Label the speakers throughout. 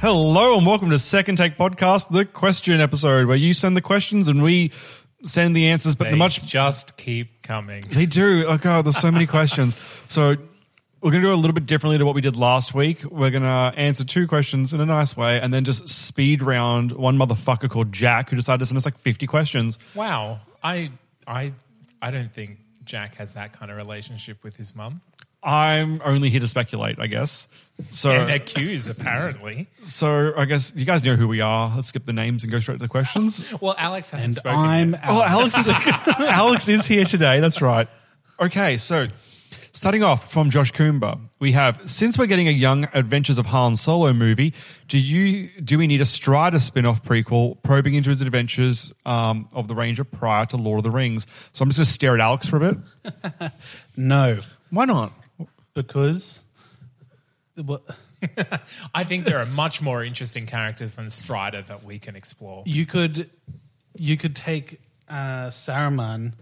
Speaker 1: Hello and welcome to Second Take Podcast, the question episode where you send the questions and we send the answers, but
Speaker 2: They
Speaker 1: the much
Speaker 2: just keep coming.
Speaker 1: they do. Oh god, there's so many questions. So we're going to do it a little bit differently to what we did last week. We're going to answer two questions in a nice way, and then just speed round one motherfucker called Jack who decided to send us like 50 questions.
Speaker 2: Wow. I I I don't think Jack has that kind of relationship with his mum.
Speaker 1: Uh, I'm only here to speculate, I guess. So,
Speaker 2: And accuse, apparently.
Speaker 1: so I guess you guys know who we are. Let's skip the names and go straight to the questions.
Speaker 2: Well, Alex hasn't
Speaker 3: And
Speaker 2: spoken.
Speaker 3: I'm
Speaker 2: yet.
Speaker 1: Oh, Alex
Speaker 3: Alex.
Speaker 1: is Alex is here today. That's right. Okay, so starting off from Josh Coomber, we have since we're getting a young Adventures of Han Solo movie, do you do we need a Strider spin-off prequel probing into his adventures um, of the Ranger prior to Lord of the Rings? So I'm just going to stare at Alex for a bit.
Speaker 3: Oh, No,
Speaker 1: Why not?
Speaker 3: because well,
Speaker 2: I think there are much more interesting characters than Strider that we can explore.
Speaker 3: you could you could take uh, Saruman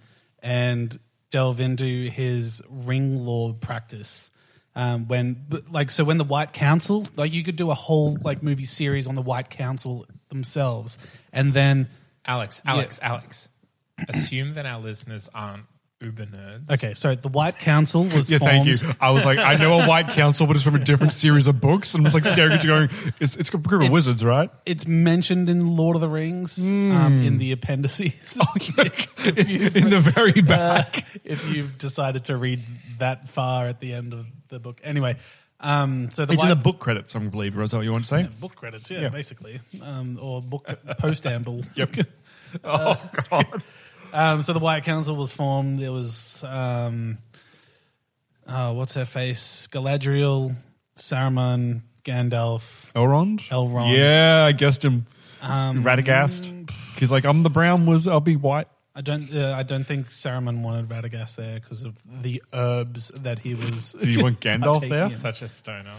Speaker 3: and delve into his ring law practice. Um, when but, like so when the White Council like you could do a whole like movie series on the White Council themselves, and then
Speaker 2: Alex, Alex, Alex. Assume that our listeners aren't uber nerds.
Speaker 3: okay, so the White Council was
Speaker 1: Yeah,
Speaker 3: formed.
Speaker 1: thank you. I was like, I know a White Council, but it's from a different series of books. And I'm just like staring at you, going, "It's it's a group of
Speaker 3: It's-
Speaker 1: wizards, right?"
Speaker 3: It's mentioned in Lord of the Rings um, in the appendices. If you-
Speaker 1: Hmm. In the very
Speaker 3: Uh,
Speaker 1: back.
Speaker 3: if you've decided to read that far at the end of the book. Anyway, um, so the
Speaker 1: it's in the
Speaker 3: white-
Speaker 1: book credits, I believe. Is that what you want to say?
Speaker 3: book credits, yeah,
Speaker 1: Yeah.
Speaker 3: basically, um, or book postamble.
Speaker 1: Yep. Oh God.
Speaker 3: Um, so the White Council was formed. There was um, uh, what's her face? Galadriel, Saruman, Gandalf.
Speaker 1: Elrond.
Speaker 3: Elrond. Um,
Speaker 1: Yeah, I guessed him. Radagast. He's like, I'm the brown wizard. I'll be white.
Speaker 3: I don't. Uh, I don't think Saruman wanted Radagast there because of the herbs that he was.
Speaker 1: Do you want Gandalf
Speaker 3: Partaking
Speaker 1: there?
Speaker 3: in.
Speaker 2: Such a stoner.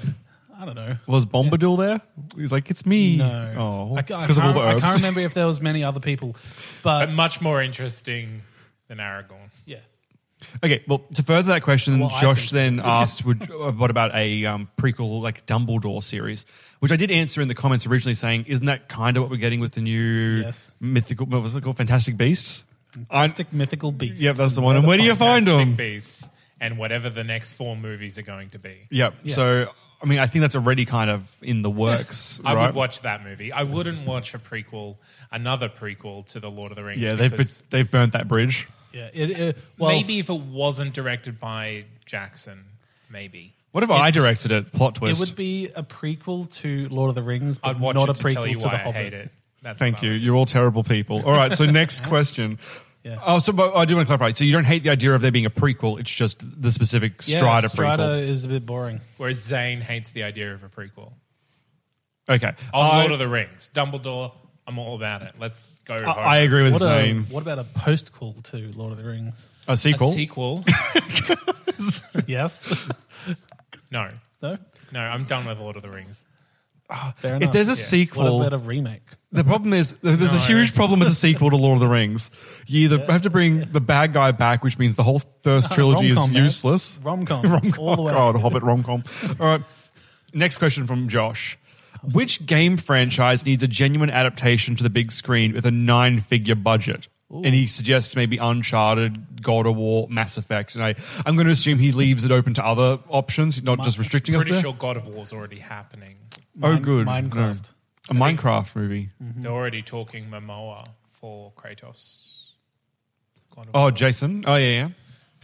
Speaker 3: I don't know.
Speaker 1: Was Bombadil there? He's like, it's me.
Speaker 3: No,
Speaker 1: Oh,
Speaker 3: I ca- I
Speaker 1: because of all the
Speaker 3: can't-
Speaker 1: herbs. Um,
Speaker 3: I can't remember if there was many other people,
Speaker 2: But
Speaker 3: but
Speaker 2: much more interesting than Aragorn.
Speaker 3: yeah.
Speaker 1: Okay, well, to further that question,
Speaker 3: Well, I
Speaker 1: Josh
Speaker 3: think
Speaker 1: then asked, would, uh, "What about a um, prequel like Dumbledore series?" Which I did answer in the comments originally, saying, "Isn't that kind of what we're getting with the new
Speaker 3: Yes.
Speaker 1: mythical? What was it called? Fantastic Beasts."
Speaker 3: Fantastic mythical beasts.
Speaker 1: Yep, that's the one. And where do you find
Speaker 2: Fantastic
Speaker 1: them?
Speaker 2: Beasts and whatever the next four movies are going to be.
Speaker 1: Yep. So, I mean, I think that's already kind of in the works.
Speaker 2: I
Speaker 1: right?
Speaker 2: would watch that movie. I wouldn't watch a prequel, another prequel to the Lord of the Rings.
Speaker 1: Yeah, they've
Speaker 2: because
Speaker 1: bu- they've burnt that bridge.
Speaker 3: Yeah, it, it, well,
Speaker 2: maybe if it wasn't directed by Jackson, maybe
Speaker 1: What if I
Speaker 3: It's-
Speaker 1: directed it? Plot
Speaker 3: it
Speaker 1: twist.
Speaker 3: would be a prequel to Lord of the Rings, but
Speaker 2: I'd watch
Speaker 3: not
Speaker 2: it
Speaker 3: a
Speaker 2: to
Speaker 3: prequel
Speaker 2: tell you
Speaker 3: to
Speaker 2: why
Speaker 3: The
Speaker 2: I
Speaker 3: Hobbit.
Speaker 2: hate it. That's
Speaker 1: Thank
Speaker 2: about
Speaker 1: you.
Speaker 2: it.
Speaker 1: You're all terrible people. All right. So next question.
Speaker 3: Yeah.
Speaker 1: Oh, so but I do want to clarify. So you don't hate the idea of there being a prequel. It's just the specific
Speaker 3: Yeah,
Speaker 1: Strider
Speaker 3: Strider
Speaker 1: prequel.
Speaker 3: is a bit boring.
Speaker 2: Whereas Zane hates the idea of a prequel
Speaker 1: Okay.
Speaker 2: of
Speaker 1: I,
Speaker 2: Lord of the Rings. Dumbledore, I'm all about it. Let's go.
Speaker 1: I, I agree with
Speaker 3: What, a,
Speaker 1: Zane.
Speaker 3: what about a postquel to Lord of the Rings?
Speaker 1: A, sequel.
Speaker 2: A sequel?
Speaker 3: yes,
Speaker 2: no,
Speaker 3: no,
Speaker 2: no. I'm done with Lord of the Rings.
Speaker 3: fair enough.
Speaker 1: If there's a sequel,
Speaker 3: what about a remake?
Speaker 1: the problem is there's a
Speaker 2: No.
Speaker 1: huge problem with the sequel to Lord of the Rings. You either have to bring the bad guy back, which means the whole first trilogy
Speaker 3: rom-com,
Speaker 1: is
Speaker 3: man.
Speaker 1: useless.
Speaker 3: Rom-com.
Speaker 1: Rom-com.
Speaker 3: All the way.
Speaker 1: God, Hobbit rom com. All right. Next question from Josh. Which game franchise needs a genuine adaptation to the big screen with a nine figure budget? And he suggests maybe Uncharted, God of War, Mass Effect. And I, I'm going to assume he leaves it open to other options, not just restricting us
Speaker 2: Pretty
Speaker 1: there.
Speaker 2: sure God of War's already happening.
Speaker 1: oh, good. No.
Speaker 3: Minecraft.
Speaker 1: A Minecraft movie.
Speaker 2: They're already talking Momoa for Kratos. God of
Speaker 1: Oh,
Speaker 2: War.
Speaker 1: Jason. Oh, yeah,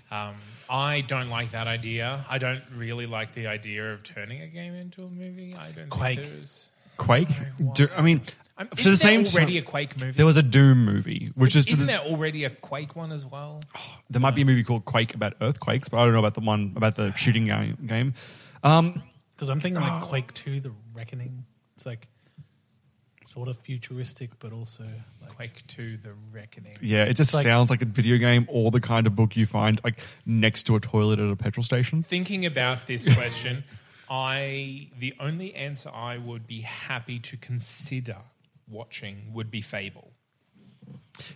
Speaker 1: yeah.
Speaker 2: Um, I don't like that idea. I don't really like the idea of turning a game into a movie. I don't
Speaker 3: Quake.
Speaker 2: think there's.
Speaker 1: Quake. Do, I mean,
Speaker 2: I'm,
Speaker 1: for the same
Speaker 2: there already
Speaker 1: time,
Speaker 2: a Quake movie?
Speaker 1: there was a Doom movie, which is to
Speaker 2: Isn't
Speaker 1: this,
Speaker 2: there already a Quake one as well?
Speaker 1: there might be a movie called Quake about earthquakes, but I don't know about the one about the shooting ga- game. Um,
Speaker 3: Because I'm thinking like Quake 2, The Reckoning. It's like sort of futuristic, but also like
Speaker 2: Quake Two: The Reckoning.
Speaker 1: yeah, it just
Speaker 3: like-
Speaker 1: sounds like a video game or the kind of book you find like next to a toilet at a petrol station.
Speaker 2: Thinking about this question, I the only answer I would be happy to consider watching would be Fable.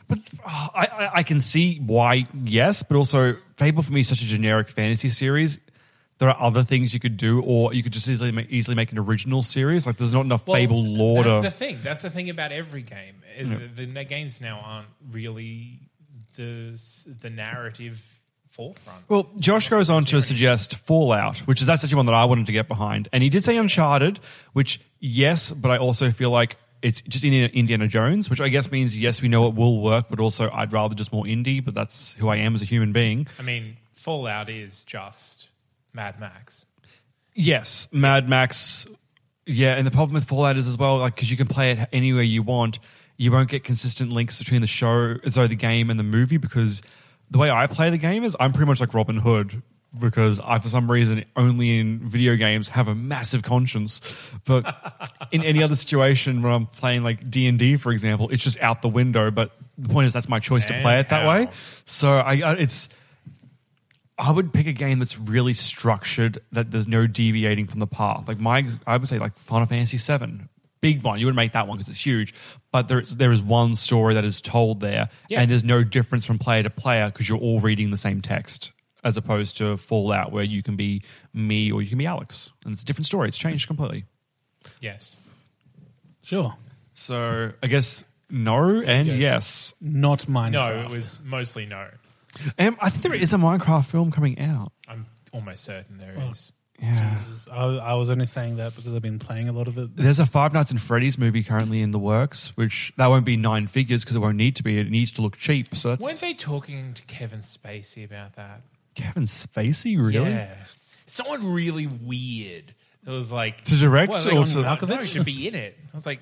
Speaker 1: But uh, I, I, I can see why, yes, but also Fable for me is such a generic fantasy series. There are other things you could do, or you could just easily make, easily make an original series. Like there's not enough Fable lore
Speaker 2: That's
Speaker 1: to.
Speaker 2: the thing. That's the thing about every game. Uh, The, the games now aren't really the s- the narrative forefront.
Speaker 1: Well, Josh goes on to suggest Fallout, which is that's actually one that I wanted to get behind, and he did say Uncharted, which yes, but I also feel like it's just Indiana, Indiana Jones, which I guess means yes, we know it will work, but also I'd rather just more indie, but that's who I am as a human being.
Speaker 2: I mean, Fallout is just Mad Max.
Speaker 1: Yes, Mad Max. Yeah, and the problem with Fallout is as well, like because you can play it anywhere you want, you won't get consistent links between the show, sorry, the game and the movie because the way I play the game is I'm pretty much like Robin Hood because I, for some reason, only in video games have a massive conscience, but in any other situation where I'm playing like D and D, for example, it's just out the window. But the point is, that's my choice to play it that way.
Speaker 2: Anyhow.
Speaker 1: So I, I it's. I would pick a game that's really structured, that there's no deviating from the path. Like my, I would say like Final Fantasy VII, big one. You would make that one because it's huge, but there is there is one story that is told there,
Speaker 2: Yeah.
Speaker 1: and there's no difference from player to player because you're all reading the same text, as opposed to Fallout where you can be me or you can be Alex, and it's a different story. It's changed completely.
Speaker 2: Yes.
Speaker 3: sure,
Speaker 1: So I guess no and yes,
Speaker 3: not Minecraft.
Speaker 2: No, it was mostly no.
Speaker 1: and I think there is a Minecraft film coming out.
Speaker 2: I'm almost certain there is.
Speaker 3: Jesus. I, I was only saying that because I've been playing a lot of it.
Speaker 1: There's a Five Nights and Freddy's movie currently in the works, which that won't be nine figures because it won't need to be. It needs to look cheap. So
Speaker 2: Weren't
Speaker 1: that's
Speaker 2: they talking to Kevin Spacey about that?
Speaker 1: Kevin Spacey, really?
Speaker 2: Yeah. Someone really weird. It was like
Speaker 1: To direct
Speaker 2: well,
Speaker 1: or
Speaker 2: like,
Speaker 1: to-
Speaker 2: John Malkovich to be in it. I was like,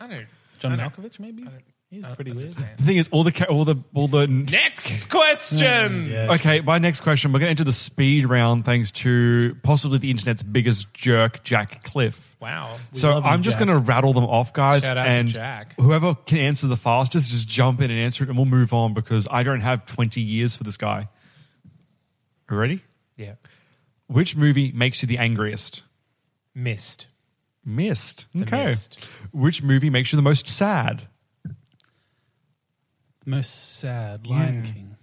Speaker 2: I don't.
Speaker 3: John
Speaker 2: I don't-
Speaker 3: Malkovich, maybe?
Speaker 2: I don't-
Speaker 3: He's
Speaker 2: I don't
Speaker 3: pretty weird.
Speaker 2: understand.
Speaker 1: The thing is, all the ca- all the all the.
Speaker 2: Next question.
Speaker 1: Okay, my next question. We're going to enter the speed round thanks to possibly the internet's biggest jerk, Jack Cliff.
Speaker 2: Wow.
Speaker 1: so
Speaker 3: love him,
Speaker 1: I'm just
Speaker 3: Jack.
Speaker 1: going to rattle them off, guys,
Speaker 2: Shout out to
Speaker 1: and
Speaker 2: Jack.
Speaker 1: whoever can answer the fastest, just jump in and answer it, and we'll move on because I don't have 20 years for this guy. You ready?
Speaker 2: yeah.
Speaker 1: Which movie makes you the angriest?
Speaker 2: Missed.
Speaker 1: Missed. okay.
Speaker 2: Mist.
Speaker 1: Which movie makes you the most sad?
Speaker 3: Most sad, Lion King.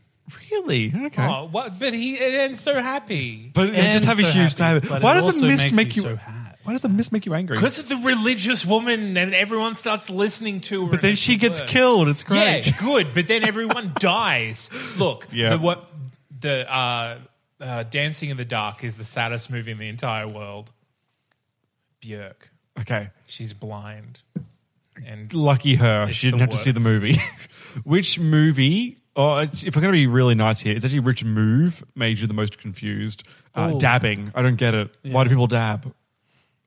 Speaker 1: Really? Okay.
Speaker 2: Oh, what? But he it ends so happy.
Speaker 1: but I just
Speaker 3: And
Speaker 1: have a
Speaker 3: so
Speaker 1: huge
Speaker 3: happy,
Speaker 1: sad.
Speaker 3: but
Speaker 1: Why
Speaker 3: it
Speaker 1: does the
Speaker 3: also
Speaker 1: mist
Speaker 3: makes
Speaker 1: make
Speaker 3: me
Speaker 1: you?
Speaker 3: so happy.
Speaker 1: why does the mist make you angry?
Speaker 2: Because of the religious woman, and everyone starts listening to her.
Speaker 1: But then
Speaker 2: and
Speaker 1: she gets
Speaker 2: works.
Speaker 1: killed. It's great.
Speaker 2: Yeah, good. But then everyone dies. Look,
Speaker 1: Yeah.
Speaker 2: the, what the uh, uh, Dancing in the Dark is the saddest movie in the entire world. Björk,
Speaker 1: Okay.
Speaker 2: she's blind, and
Speaker 1: Lucky her.
Speaker 2: It's
Speaker 1: she didn't
Speaker 2: the
Speaker 1: have to see the
Speaker 2: worst.
Speaker 1: movie. Which movie? Oh, it's- if we're going to be really nice here, it's actually which move made you the most confused? Uh, dabbing. I don't get it. Why do people dab?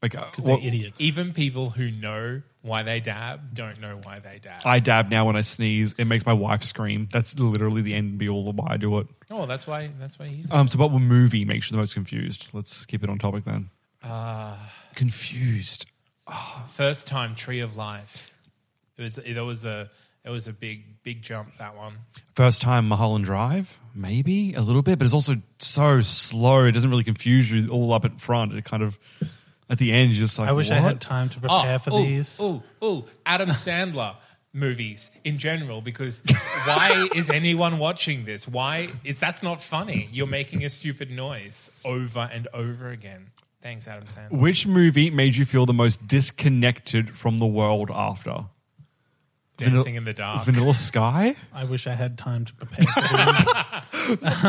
Speaker 1: Like, uh,
Speaker 3: They're
Speaker 1: what-
Speaker 3: idiots.
Speaker 2: even people who know why they dab don't know why they dab.
Speaker 1: I dab now when I sneeze. It makes my wife scream. That's literally the end and be all of why I do it.
Speaker 2: oh, that's why. That's why he's.
Speaker 1: Um, so what will movie makes you the most confused? Let's keep it on topic then.
Speaker 3: Uh,
Speaker 1: confused.
Speaker 2: First time Tree of Life. It was it was a it was a big big jump that one.
Speaker 1: First time Mulholland Drive, maybe a little bit, but it's also so slow. It doesn't really confuse you all up at front. It kind of at the end, you're just like,
Speaker 3: I wish I
Speaker 1: what?
Speaker 3: had time to
Speaker 2: Ah,
Speaker 3: prepare for
Speaker 2: Oh, ooh,
Speaker 3: these.
Speaker 2: Ooh, ooh, Adam Sandler movies in general because why is anyone watching this? Why is that's not funny? You're making a stupid noise over and over again. Thanks, Adam Sandler.
Speaker 1: Which movie made you feel the most disconnected from the world after?
Speaker 2: Dancing in the dark.
Speaker 1: Vanilla Sky?
Speaker 3: I wish I had time to prepare for these.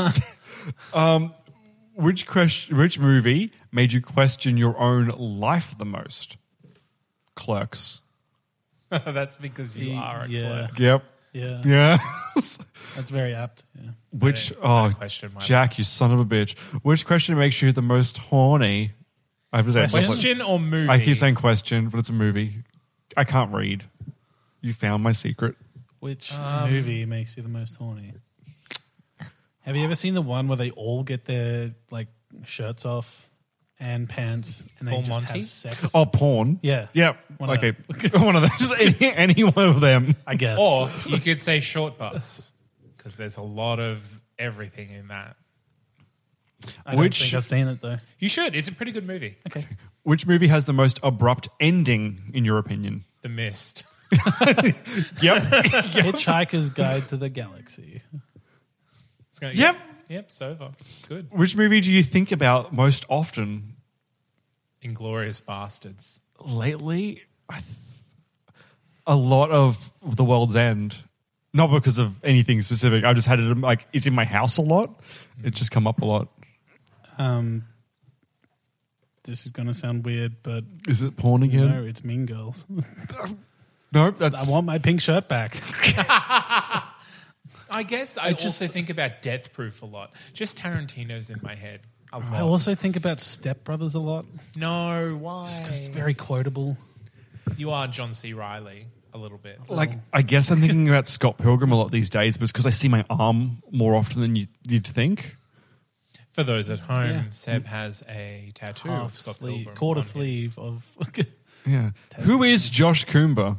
Speaker 1: Which question? Which movie made you question your own life the most? Clerks.
Speaker 2: that's because you are a
Speaker 3: Yeah.
Speaker 2: clerk.
Speaker 1: Yep.
Speaker 3: Yeah,
Speaker 1: Yeah.
Speaker 3: that's very apt. Yeah.
Speaker 1: Which oh
Speaker 2: question, my
Speaker 1: Jack, you son of a bitch. Which question makes you the most horny? I have to say it's not-
Speaker 2: Question or movie?
Speaker 1: I keep saying question, but it's a movie. I can't read. You found my secret.
Speaker 3: Which
Speaker 2: Um,
Speaker 3: movie makes you the most horny? Have you ever seen the one where they all get their like shirts off and pants and they
Speaker 2: Full
Speaker 3: just
Speaker 2: Monty?
Speaker 3: have sex?
Speaker 1: Oh, porn.
Speaker 3: Yeah.
Speaker 1: Yep.
Speaker 3: One of
Speaker 1: okay. one of them. Just any, any one of them.
Speaker 3: I guess.
Speaker 2: Or you could say short bus because there's a lot of everything in that.
Speaker 3: I don't
Speaker 1: Which-
Speaker 3: think I've seen it though.
Speaker 2: You should. It's a pretty good movie.
Speaker 3: Okay.
Speaker 1: Which movie has the most abrupt ending, in your opinion?
Speaker 2: The Mist.
Speaker 1: Yep.
Speaker 3: Hitchhiker's Guide to the Galaxy.
Speaker 2: It's gonna-
Speaker 1: Yep.
Speaker 2: Yep. It's over. Good.
Speaker 1: Which movie do you think about most often?
Speaker 2: Inglorious Bastards.
Speaker 1: Lately, I th- a lot of The World's End. Not because of anything specific. I've just had it in- like it's in my house a lot. It just come up a lot.
Speaker 3: Um, this is going to sound weird, but
Speaker 1: Is it porn again?
Speaker 3: no, it's Mean Girls.
Speaker 1: Nope, that's
Speaker 3: I want my pink shirt back.
Speaker 2: I guess I, also think about Death Proof a lot. Just Tarantino's in my head. A lot.
Speaker 3: I also think about Step Brothers a lot
Speaker 2: no, why?
Speaker 3: just because it's very quotable.
Speaker 2: you are John C. Riley a little bit.
Speaker 1: like I guess I'm thinking about Scott Pilgrim a lot these days, but it's because I see my arm more often than you, you'd think.
Speaker 2: For those at home,
Speaker 3: Yeah.
Speaker 2: Seb has a tattoo
Speaker 3: Half
Speaker 2: of Scott
Speaker 3: sleeve,
Speaker 2: Pilgrim
Speaker 3: quarter
Speaker 2: on his-
Speaker 3: sleeve of.
Speaker 1: Yeah. Who is Josh Coomber?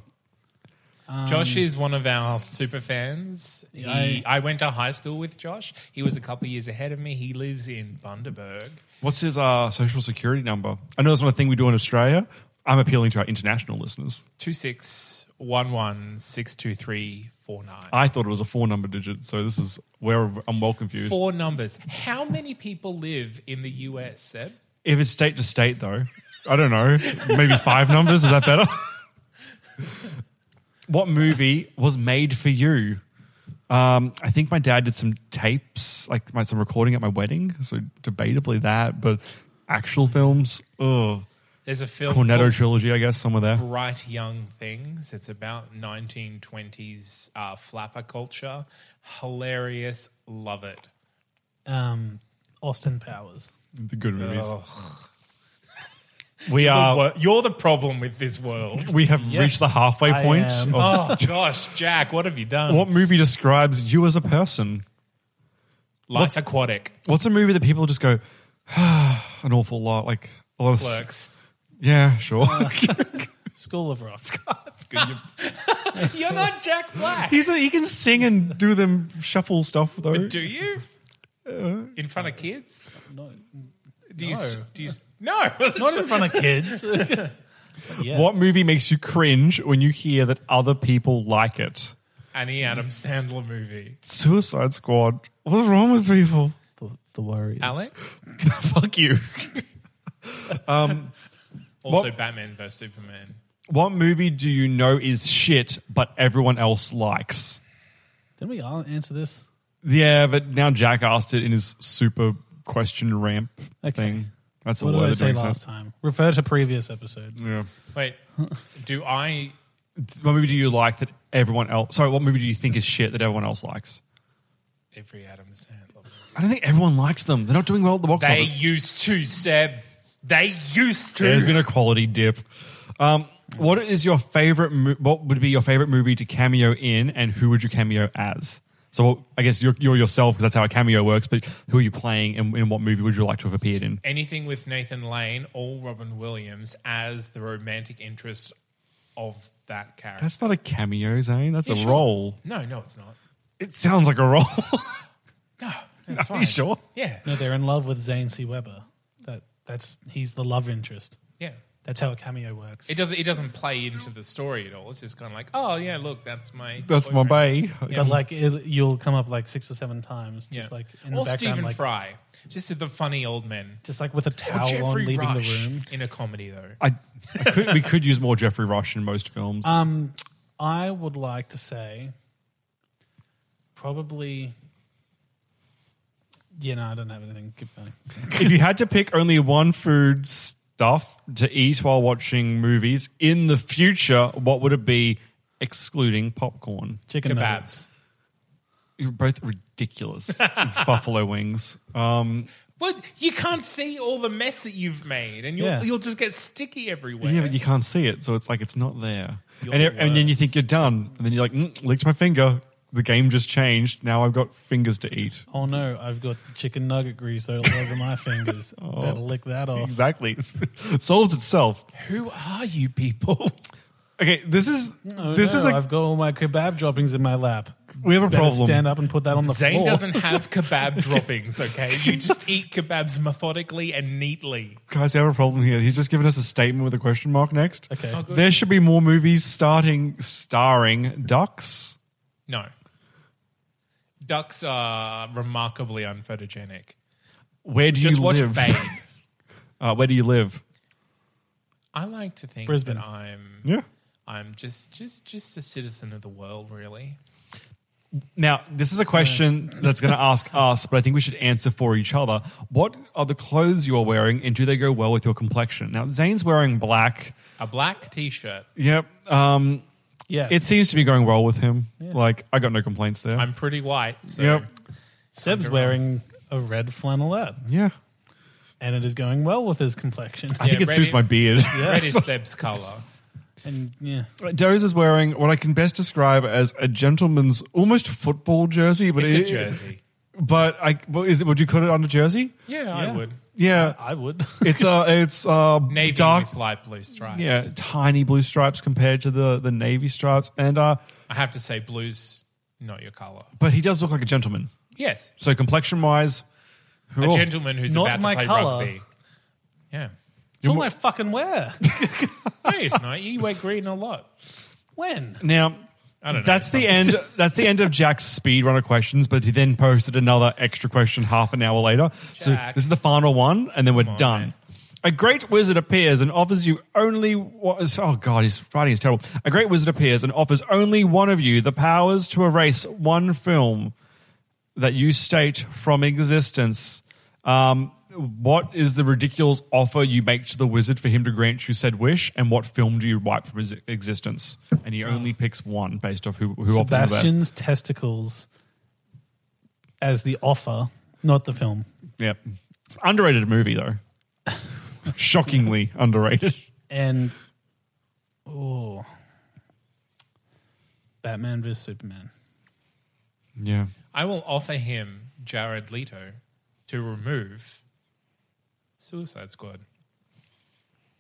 Speaker 2: Josh
Speaker 3: um,
Speaker 2: is one of our super fans. He, I, went to high school with Josh. He was a couple years ahead of me. He lives in Bundaberg.
Speaker 1: What's his uh, social security number? I know that's not a thing we do in Australia. I'm appealing to our international listeners.
Speaker 2: Two six one one six two three four nine.
Speaker 1: I thought it was a four number digit, so this is where I'm well confused.
Speaker 2: Four numbers. How many people live in the US, Seb?
Speaker 1: If it's state to state, though, I don't know. Maybe five numbers? Is that better? what movie was made for you? Um, I think my dad did some tapes, like my, some recording at my wedding. So debatably that, but actual films, oh,
Speaker 2: There's a film
Speaker 1: Cornetto
Speaker 2: called
Speaker 1: trilogy, I guess, somewhere there.
Speaker 2: Bright Young Things. It's about 1920s uh, flapper culture. Hilarious. Love it.
Speaker 3: um, Austin Powers.
Speaker 1: The good movies. We are.
Speaker 2: Well, You're the problem with this world.
Speaker 1: We have
Speaker 3: Yes,
Speaker 1: reached the halfway
Speaker 3: I
Speaker 1: point. of-
Speaker 3: am.
Speaker 2: Oh, gosh, Jack, what have you done?
Speaker 1: What movie describes you as a person?
Speaker 2: Life Aquatic.
Speaker 1: What's a movie that people just go an awful lot? Like a lot of
Speaker 2: Clerks.
Speaker 1: Yeah, sure.
Speaker 3: School of Rock.
Speaker 2: You're not Jack Black.
Speaker 1: He's a, he can sing and do them shuffle stuff though.
Speaker 2: Do you? In front of kids?
Speaker 3: No,
Speaker 2: Do you? s- Do you? s- Uh, No.
Speaker 3: not in front of kids. yeah.
Speaker 1: What movie makes you cringe when you hear that other people like it?
Speaker 2: Any Adam Sandler movie?
Speaker 1: Suicide Squad. What's wrong with people?
Speaker 3: The, the Warriors.
Speaker 2: Alex.
Speaker 1: Fuck you.
Speaker 2: Also, Batman vs Superman.
Speaker 1: What movie do you know is shit but everyone else likes?
Speaker 3: Didn't we all answer this?
Speaker 1: Yeah, but now Jack asked it in his super question ramp
Speaker 3: Okay.
Speaker 1: thing. That's a
Speaker 3: What did
Speaker 1: word
Speaker 3: I
Speaker 1: that
Speaker 3: say
Speaker 1: makes
Speaker 3: last
Speaker 1: sense.
Speaker 3: time? Refer to previous episode.
Speaker 1: Yeah.
Speaker 2: Wait, do I?
Speaker 1: What movie do you like that everyone else? Sorry, what movie do you think is shit that everyone else likes?
Speaker 2: Every Adam Sandler. Movie.
Speaker 1: I don't think everyone likes them. They're not doing well at the box
Speaker 2: They
Speaker 1: office.
Speaker 2: used to Seb. They used to.
Speaker 1: There's been a quality dip. Um, what is your favorite? Mo- what would be your favorite movie to cameo in, and who would you cameo as? So I guess you're, you're yourself because that's how a cameo works. But who are you playing, and in what movie would you like to have appeared in?
Speaker 2: Anything with Nathan Lane or Robin Williams as the romantic interest of that character.
Speaker 1: That's not a cameo, Zane. That's
Speaker 2: Yeah,
Speaker 1: a
Speaker 2: sure.
Speaker 1: role.
Speaker 2: No, no, it's not.
Speaker 1: It sounds like a role.
Speaker 2: No, that's
Speaker 1: Are
Speaker 2: fine.
Speaker 1: you sure?
Speaker 2: Yeah,
Speaker 3: No, they're in love with Zane C. Weber. That that's he's the love interest.
Speaker 2: yeah.
Speaker 3: That's how a cameo works.
Speaker 2: It doesn't. It doesn't play into the story at all. It's just kind of like, oh yeah, look, that's my.
Speaker 1: That's my
Speaker 2: boyfriend.
Speaker 1: bae.
Speaker 3: but like it, you'll come up like six or seven times, just like in the
Speaker 2: or
Speaker 3: background,
Speaker 2: Stephen
Speaker 3: like,
Speaker 2: Fry, just the funny old men.
Speaker 3: just like
Speaker 1: Oh,
Speaker 3: with a
Speaker 2: Or
Speaker 3: towel on,
Speaker 2: Jeffrey
Speaker 3: leaving
Speaker 2: Rush
Speaker 3: the room.
Speaker 2: in a comedy though.
Speaker 1: I, I could, we could use more Jeffrey Rush in most films.
Speaker 3: I would like to say, probably. Yeah, no, I don't have anything. Keep going.
Speaker 1: if you had to pick only one food stuff to eat while watching movies in the future, what would it be excluding popcorn.
Speaker 3: Chicken nuggets.
Speaker 2: Kebabs.
Speaker 1: You're both ridiculous. it's buffalo wings. Um,
Speaker 2: Well, you can't see all the mess that you've made, and you'll
Speaker 3: Yeah.
Speaker 2: you'll just get sticky everywhere.
Speaker 1: yeah, but you can't see it, so it's like it's not there.
Speaker 2: You're
Speaker 1: And,
Speaker 2: the
Speaker 1: it- and then you
Speaker 2: worst.
Speaker 1: think you're done, and then you're like, mm, licked my finger. The game just changed. Now I've got fingers to eat.
Speaker 3: Oh no, I've got the chicken nugget grease all over my fingers. Better lick that off.
Speaker 1: Exactly, it solves itself.
Speaker 2: Who are you people?
Speaker 1: Okay, this is
Speaker 3: Oh,
Speaker 1: this
Speaker 3: no,
Speaker 1: is a
Speaker 3: I've got all my kebab droppings in my lap.
Speaker 1: we have a
Speaker 3: Better
Speaker 1: problem.
Speaker 3: stand up and put that on the
Speaker 2: Zane
Speaker 3: floor.
Speaker 2: doesn't have kebab droppings, okay? You just eat kebabs methodically and neatly.
Speaker 1: Guys, we have a problem here. He's just given us a statement with a question mark next.
Speaker 3: Okay. Oh,
Speaker 1: there should be more movies starting starring ducks.
Speaker 2: No. Ducks are remarkably unphotogenic.
Speaker 1: Where do
Speaker 2: Just
Speaker 1: you
Speaker 2: watch
Speaker 1: live?
Speaker 2: Babe.
Speaker 1: Uh, where do you live?
Speaker 2: I like to think
Speaker 3: Brisbane.
Speaker 2: that I'm
Speaker 1: Yeah.
Speaker 2: I'm just just just a citizen of the world, really.
Speaker 1: Now, this is a question that's going to ask us, but I think we should answer for each other. What are the clothes you are wearing, and do they go well with your complexion? Now, Zane's wearing black.
Speaker 2: A black t-shirt.
Speaker 1: Yep. Um,
Speaker 3: Yes.
Speaker 1: it seems to be going well with him. Like, I got no complaints there.
Speaker 2: I'm pretty white, so
Speaker 1: yep.
Speaker 3: Seb's wearing a red flannelette,
Speaker 1: Yeah.
Speaker 3: and it is going well with his complexion.
Speaker 1: I think it
Speaker 2: red
Speaker 1: suits
Speaker 2: is-
Speaker 1: my beard.
Speaker 2: red is Seb's color.
Speaker 3: And yeah,
Speaker 1: Doze is wearing what I can best describe as a gentleman's almost football jersey, but
Speaker 2: It's a
Speaker 1: it-
Speaker 2: jersey.
Speaker 1: But I well, is it? Would you call it under jersey?
Speaker 2: Yeah, I
Speaker 3: Yeah.
Speaker 2: would.
Speaker 1: Yeah,
Speaker 3: I would.
Speaker 1: it's uh it's uh
Speaker 2: Navy
Speaker 1: dark,
Speaker 2: with light blue stripes.
Speaker 1: yeah, tiny blue stripes compared to the the navy stripes, and uh,
Speaker 2: I have to say blue's not your color.
Speaker 1: but he does look like a gentleman.
Speaker 2: Yes.
Speaker 1: So complexion wise,
Speaker 2: A gentleman who's
Speaker 3: Not
Speaker 2: about
Speaker 3: my
Speaker 2: to play
Speaker 3: colour.
Speaker 2: rugby. Yeah.
Speaker 3: It's all I fucking wear.
Speaker 2: No, it's not. You wear green a lot.
Speaker 3: when?
Speaker 1: now.
Speaker 2: I don't know.
Speaker 1: That's the end. That's the end of Jack's speedrunner questions. But he then posted another extra question half an hour later. So
Speaker 2: Jack.
Speaker 1: this is the final one, and then we're done. A great wizard appears and offers you only. What is, oh god, his writing is terrible. A great wizard appears and offers only one of you the powers to erase one film that you state from existence. Um, what is the ridiculous offer you make to the wizard for him to grant you said wish, and what film do you wipe from his existence? And he only picks one based off who, who offers the best.
Speaker 3: Sebastian's testicles as the offer, not the film.
Speaker 1: Yep. It's an underrated movie though. Shockingly underrated.
Speaker 3: And oh, Batman vs Superman.
Speaker 1: Yeah.
Speaker 2: I will offer him Jared Leto to remove Suicide Squad.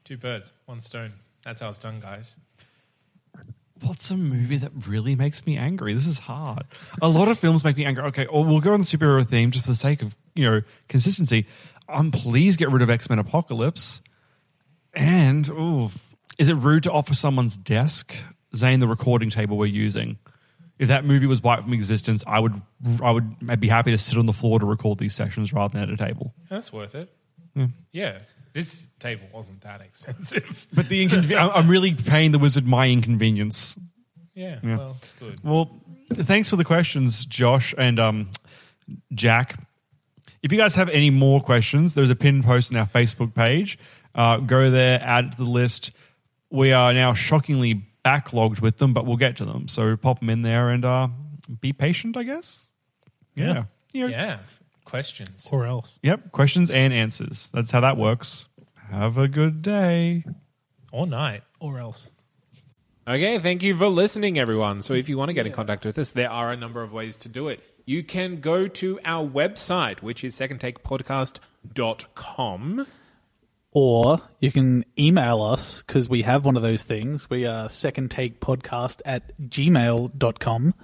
Speaker 2: Two birds, one stone. That's how it's done, guys.
Speaker 1: What's a movie that really makes me angry? This is hard. A lot of films make me angry. Okay, or we'll go on the superhero theme just for the sake of, you know, consistency. Um please get rid of X-Men Apocalypse. And ooh, is it rude to offer someone's desk, Zane, the recording table we're using? If that movie was wiped from existence, I would I would I'd be happy to sit on the floor to record these sessions rather than at a table.
Speaker 2: That's worth it. Yeah. This table wasn't that expensive.
Speaker 1: But the inconven- I'm- I'm really paying the wizard my inconvenience.
Speaker 2: Yeah,
Speaker 1: Yeah.
Speaker 2: well, good.
Speaker 1: Well, thanks for the questions, Josh and um, Jack. If you guys have any more questions, there's a pinned post on our Facebook page. Uh, go there, add it to the list. We are now shockingly backlogged with them, but we'll get to them. So pop them in there and uh, be patient, I guess. Yeah. You know,
Speaker 2: Yeah. Questions.
Speaker 3: Or else.
Speaker 1: Yep. Questions and answers. That's how that works. Have a good day.
Speaker 2: All night.
Speaker 3: Or else.
Speaker 2: Okay, thank you for listening, everyone. So, if you want to get in contact with us, there are a number of ways to do it. You can go to our website, which is secondtakepodcast.com.
Speaker 3: Or you can email us because we have one of those things. We are second take podcast at gmail.com.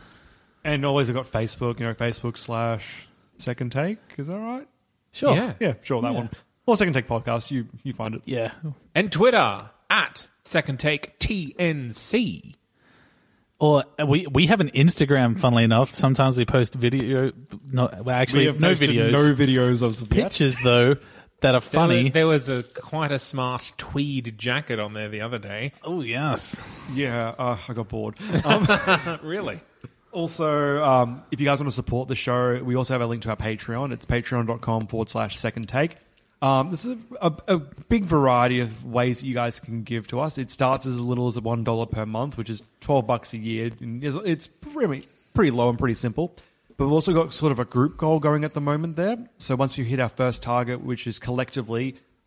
Speaker 1: And always I've got Facebook, you know, Facebook slash second take. Is that right?
Speaker 3: Sure.
Speaker 2: Yeah.
Speaker 1: Yeah, sure, that one. Or second take podcast, you you find it.
Speaker 3: Yeah.
Speaker 2: And Twitter at Second Take TNC.
Speaker 3: Or uh, we we have an Instagram, funnily enough. Sometimes we post video. No, well, actually, no
Speaker 1: posted
Speaker 3: videos.
Speaker 1: No videos of some
Speaker 3: pictures, though, that are funny.
Speaker 2: There was a quite a smart tweed jacket on there the other day.
Speaker 3: oh, yes.
Speaker 1: Yeah, uh, I got bored.
Speaker 2: Really?
Speaker 1: also, um, if you guys want to support the show, we also have a link to our Patreon. It's patreon.com forward slash second take. Um, this is a, a, a big variety of ways that you guys can give to us. It starts as little as one dollar per month, which is twelve bucks a year, and is- it's pretty pretty low and pretty simple. But we've also got sort of a group goal going at the moment there. So once we hit our first target, which is collectively